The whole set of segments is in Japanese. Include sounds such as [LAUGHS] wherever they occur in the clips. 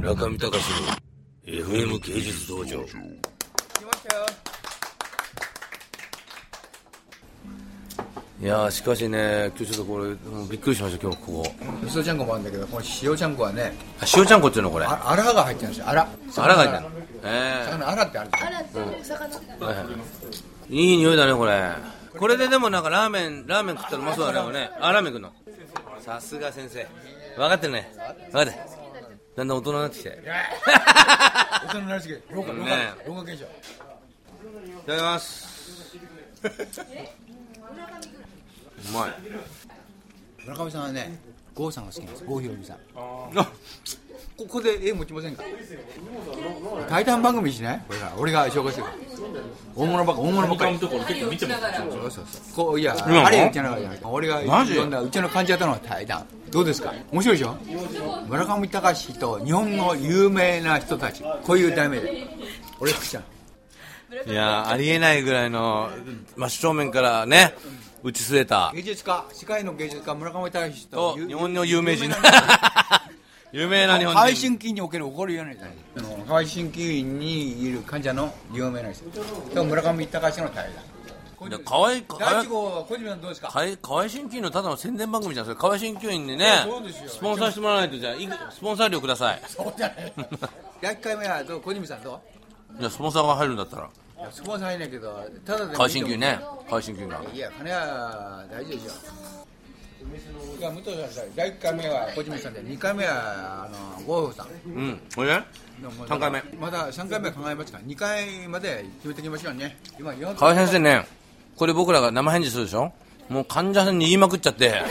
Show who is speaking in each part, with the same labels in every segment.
Speaker 1: 中見隆の FM 芸術道場
Speaker 2: 来ましたよ
Speaker 1: いやーしかしね今日ちょっとこれもうびっくりしました今日ここ
Speaker 2: 味噌ちゃんこもあるんだけどこの塩ちゃんこはね
Speaker 1: あ塩ちゃんこっていうのこれあ
Speaker 2: ああらが入ってるんですよあら
Speaker 1: らがいたのえ
Speaker 2: 魚あらってあるでしょ
Speaker 3: あらってお魚。
Speaker 1: えはいはいいい匂いだねこれこれででもなんかラーメンラーメン食ったらうまそうだねこれねあラーメン食うのさすが先生分かってるね分かってるだんだん大人になってきてい
Speaker 2: 大人になりすぎる老化老化
Speaker 1: ね
Speaker 2: 老化現象
Speaker 1: ただきますうまい
Speaker 2: 村上さんはね郷さんが好きなんです郷ひろみさん
Speaker 1: あ
Speaker 2: ここで絵持ちませんか対談番組にしないこれから俺が紹介する大物ばっか大物ばっかりそうそうそうこういや
Speaker 1: なの
Speaker 2: あれうちの中じゃない俺が
Speaker 1: マジ
Speaker 2: 呼んだうちの感じやったのは対談どうですか面白いでしょ村上隆と日本の有名な人たちこういう題名で俺福ちゃん
Speaker 1: いやーありえないぐらいの真正面からね打ち据えた
Speaker 2: 芸術家世界の芸術家村上隆史
Speaker 1: と
Speaker 2: と
Speaker 1: 日本の有名人
Speaker 2: [LAUGHS] 有名
Speaker 1: 有名な
Speaker 2: な
Speaker 1: 日本人
Speaker 2: 配信金における起こるような人配信金にいる患者の有名な人と村上隆史の対
Speaker 1: いや
Speaker 2: 談
Speaker 1: かわいいか
Speaker 2: 第一号は小島さんどうですか
Speaker 1: かい河合鍼灸院のただの宣伝番組じゃんそれ河合鍼灸院にね
Speaker 2: そうですよ
Speaker 1: スポンサーしてもらわないとじゃあいくスポンサー料ください
Speaker 2: [LAUGHS] そうじゃない第一回目はどう小島さんど
Speaker 1: いやスポンサーが入るんだったら
Speaker 2: ういやスポンサーいないけどただでもい
Speaker 1: 河合
Speaker 2: いと思う
Speaker 1: 鍼灸ね河合鍼灸が
Speaker 2: いや金は大事でしょいや武藤さんさ第一回目は小島さんで二回目はあの郷さん
Speaker 1: うんこれね
Speaker 2: でもまだ
Speaker 1: 三回目
Speaker 2: まだ3回目は考えますから2回まで決めていきましょうね今4
Speaker 1: 河合先生ねこれ僕らが生返事するでしょもう患者さんに言いまくっちゃって
Speaker 2: [LAUGHS]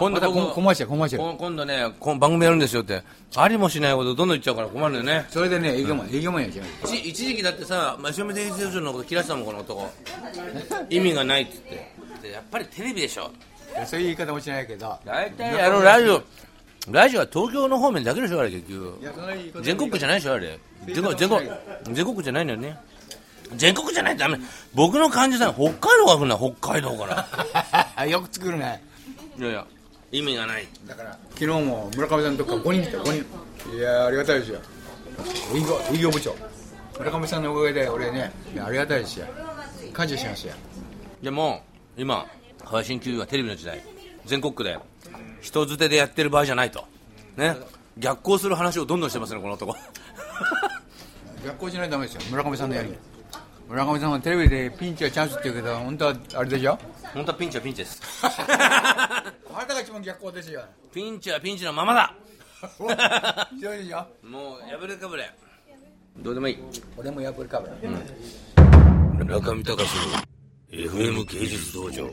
Speaker 1: 今
Speaker 2: ま
Speaker 1: 度
Speaker 2: た
Speaker 1: 僕
Speaker 2: ココマーシャルコマーシャル
Speaker 1: こ今度ねこ番組やるんですよってありもしないことどんどん言っちゃうから困るよね
Speaker 2: それでね営業マン営業マンやっちゃう
Speaker 1: 一一時期だってさ真正面伝説上のこと切らしたもんこの男意味がないっつってでやっぱりテレビでしょ
Speaker 2: いやそういう言い方もしないけど
Speaker 1: 大体あのラジオラジオは東京の方面だけでしょあれ結局
Speaker 2: いやそんな言い方
Speaker 1: 全国区じゃないでしょあれ全国全国全国区じゃないのよね全国じゃないとダメ僕の患者さん北海道が来るな北海道から
Speaker 2: [LAUGHS] よく作るね
Speaker 1: [LAUGHS] いやいや意味がない
Speaker 2: だから昨日も村上さんのとこから5人来た5人いやありがたいですよ営業営業部長村上さんのおかげで俺ねいやありがたいですよ感謝しますよ
Speaker 1: でも今配信級はテレビの時代全国区で人づてでやってる場合じゃないとね逆行する話をどんどんしてますねこの男
Speaker 2: 逆行しないとダメですよ村上さんのやり村上さんはテレビでピンチはチャンスって言うけど本当はあれでしょ
Speaker 1: 本当はピンチはピンチです
Speaker 2: あなたが一番逆行ですよ
Speaker 1: [LAUGHS] ピンチはピンチのままだ
Speaker 2: ひどいでしょ
Speaker 1: もう破れかぶれどうでもいい
Speaker 2: 俺もヤープルカブラ
Speaker 1: 中見隆の FM 芸術道場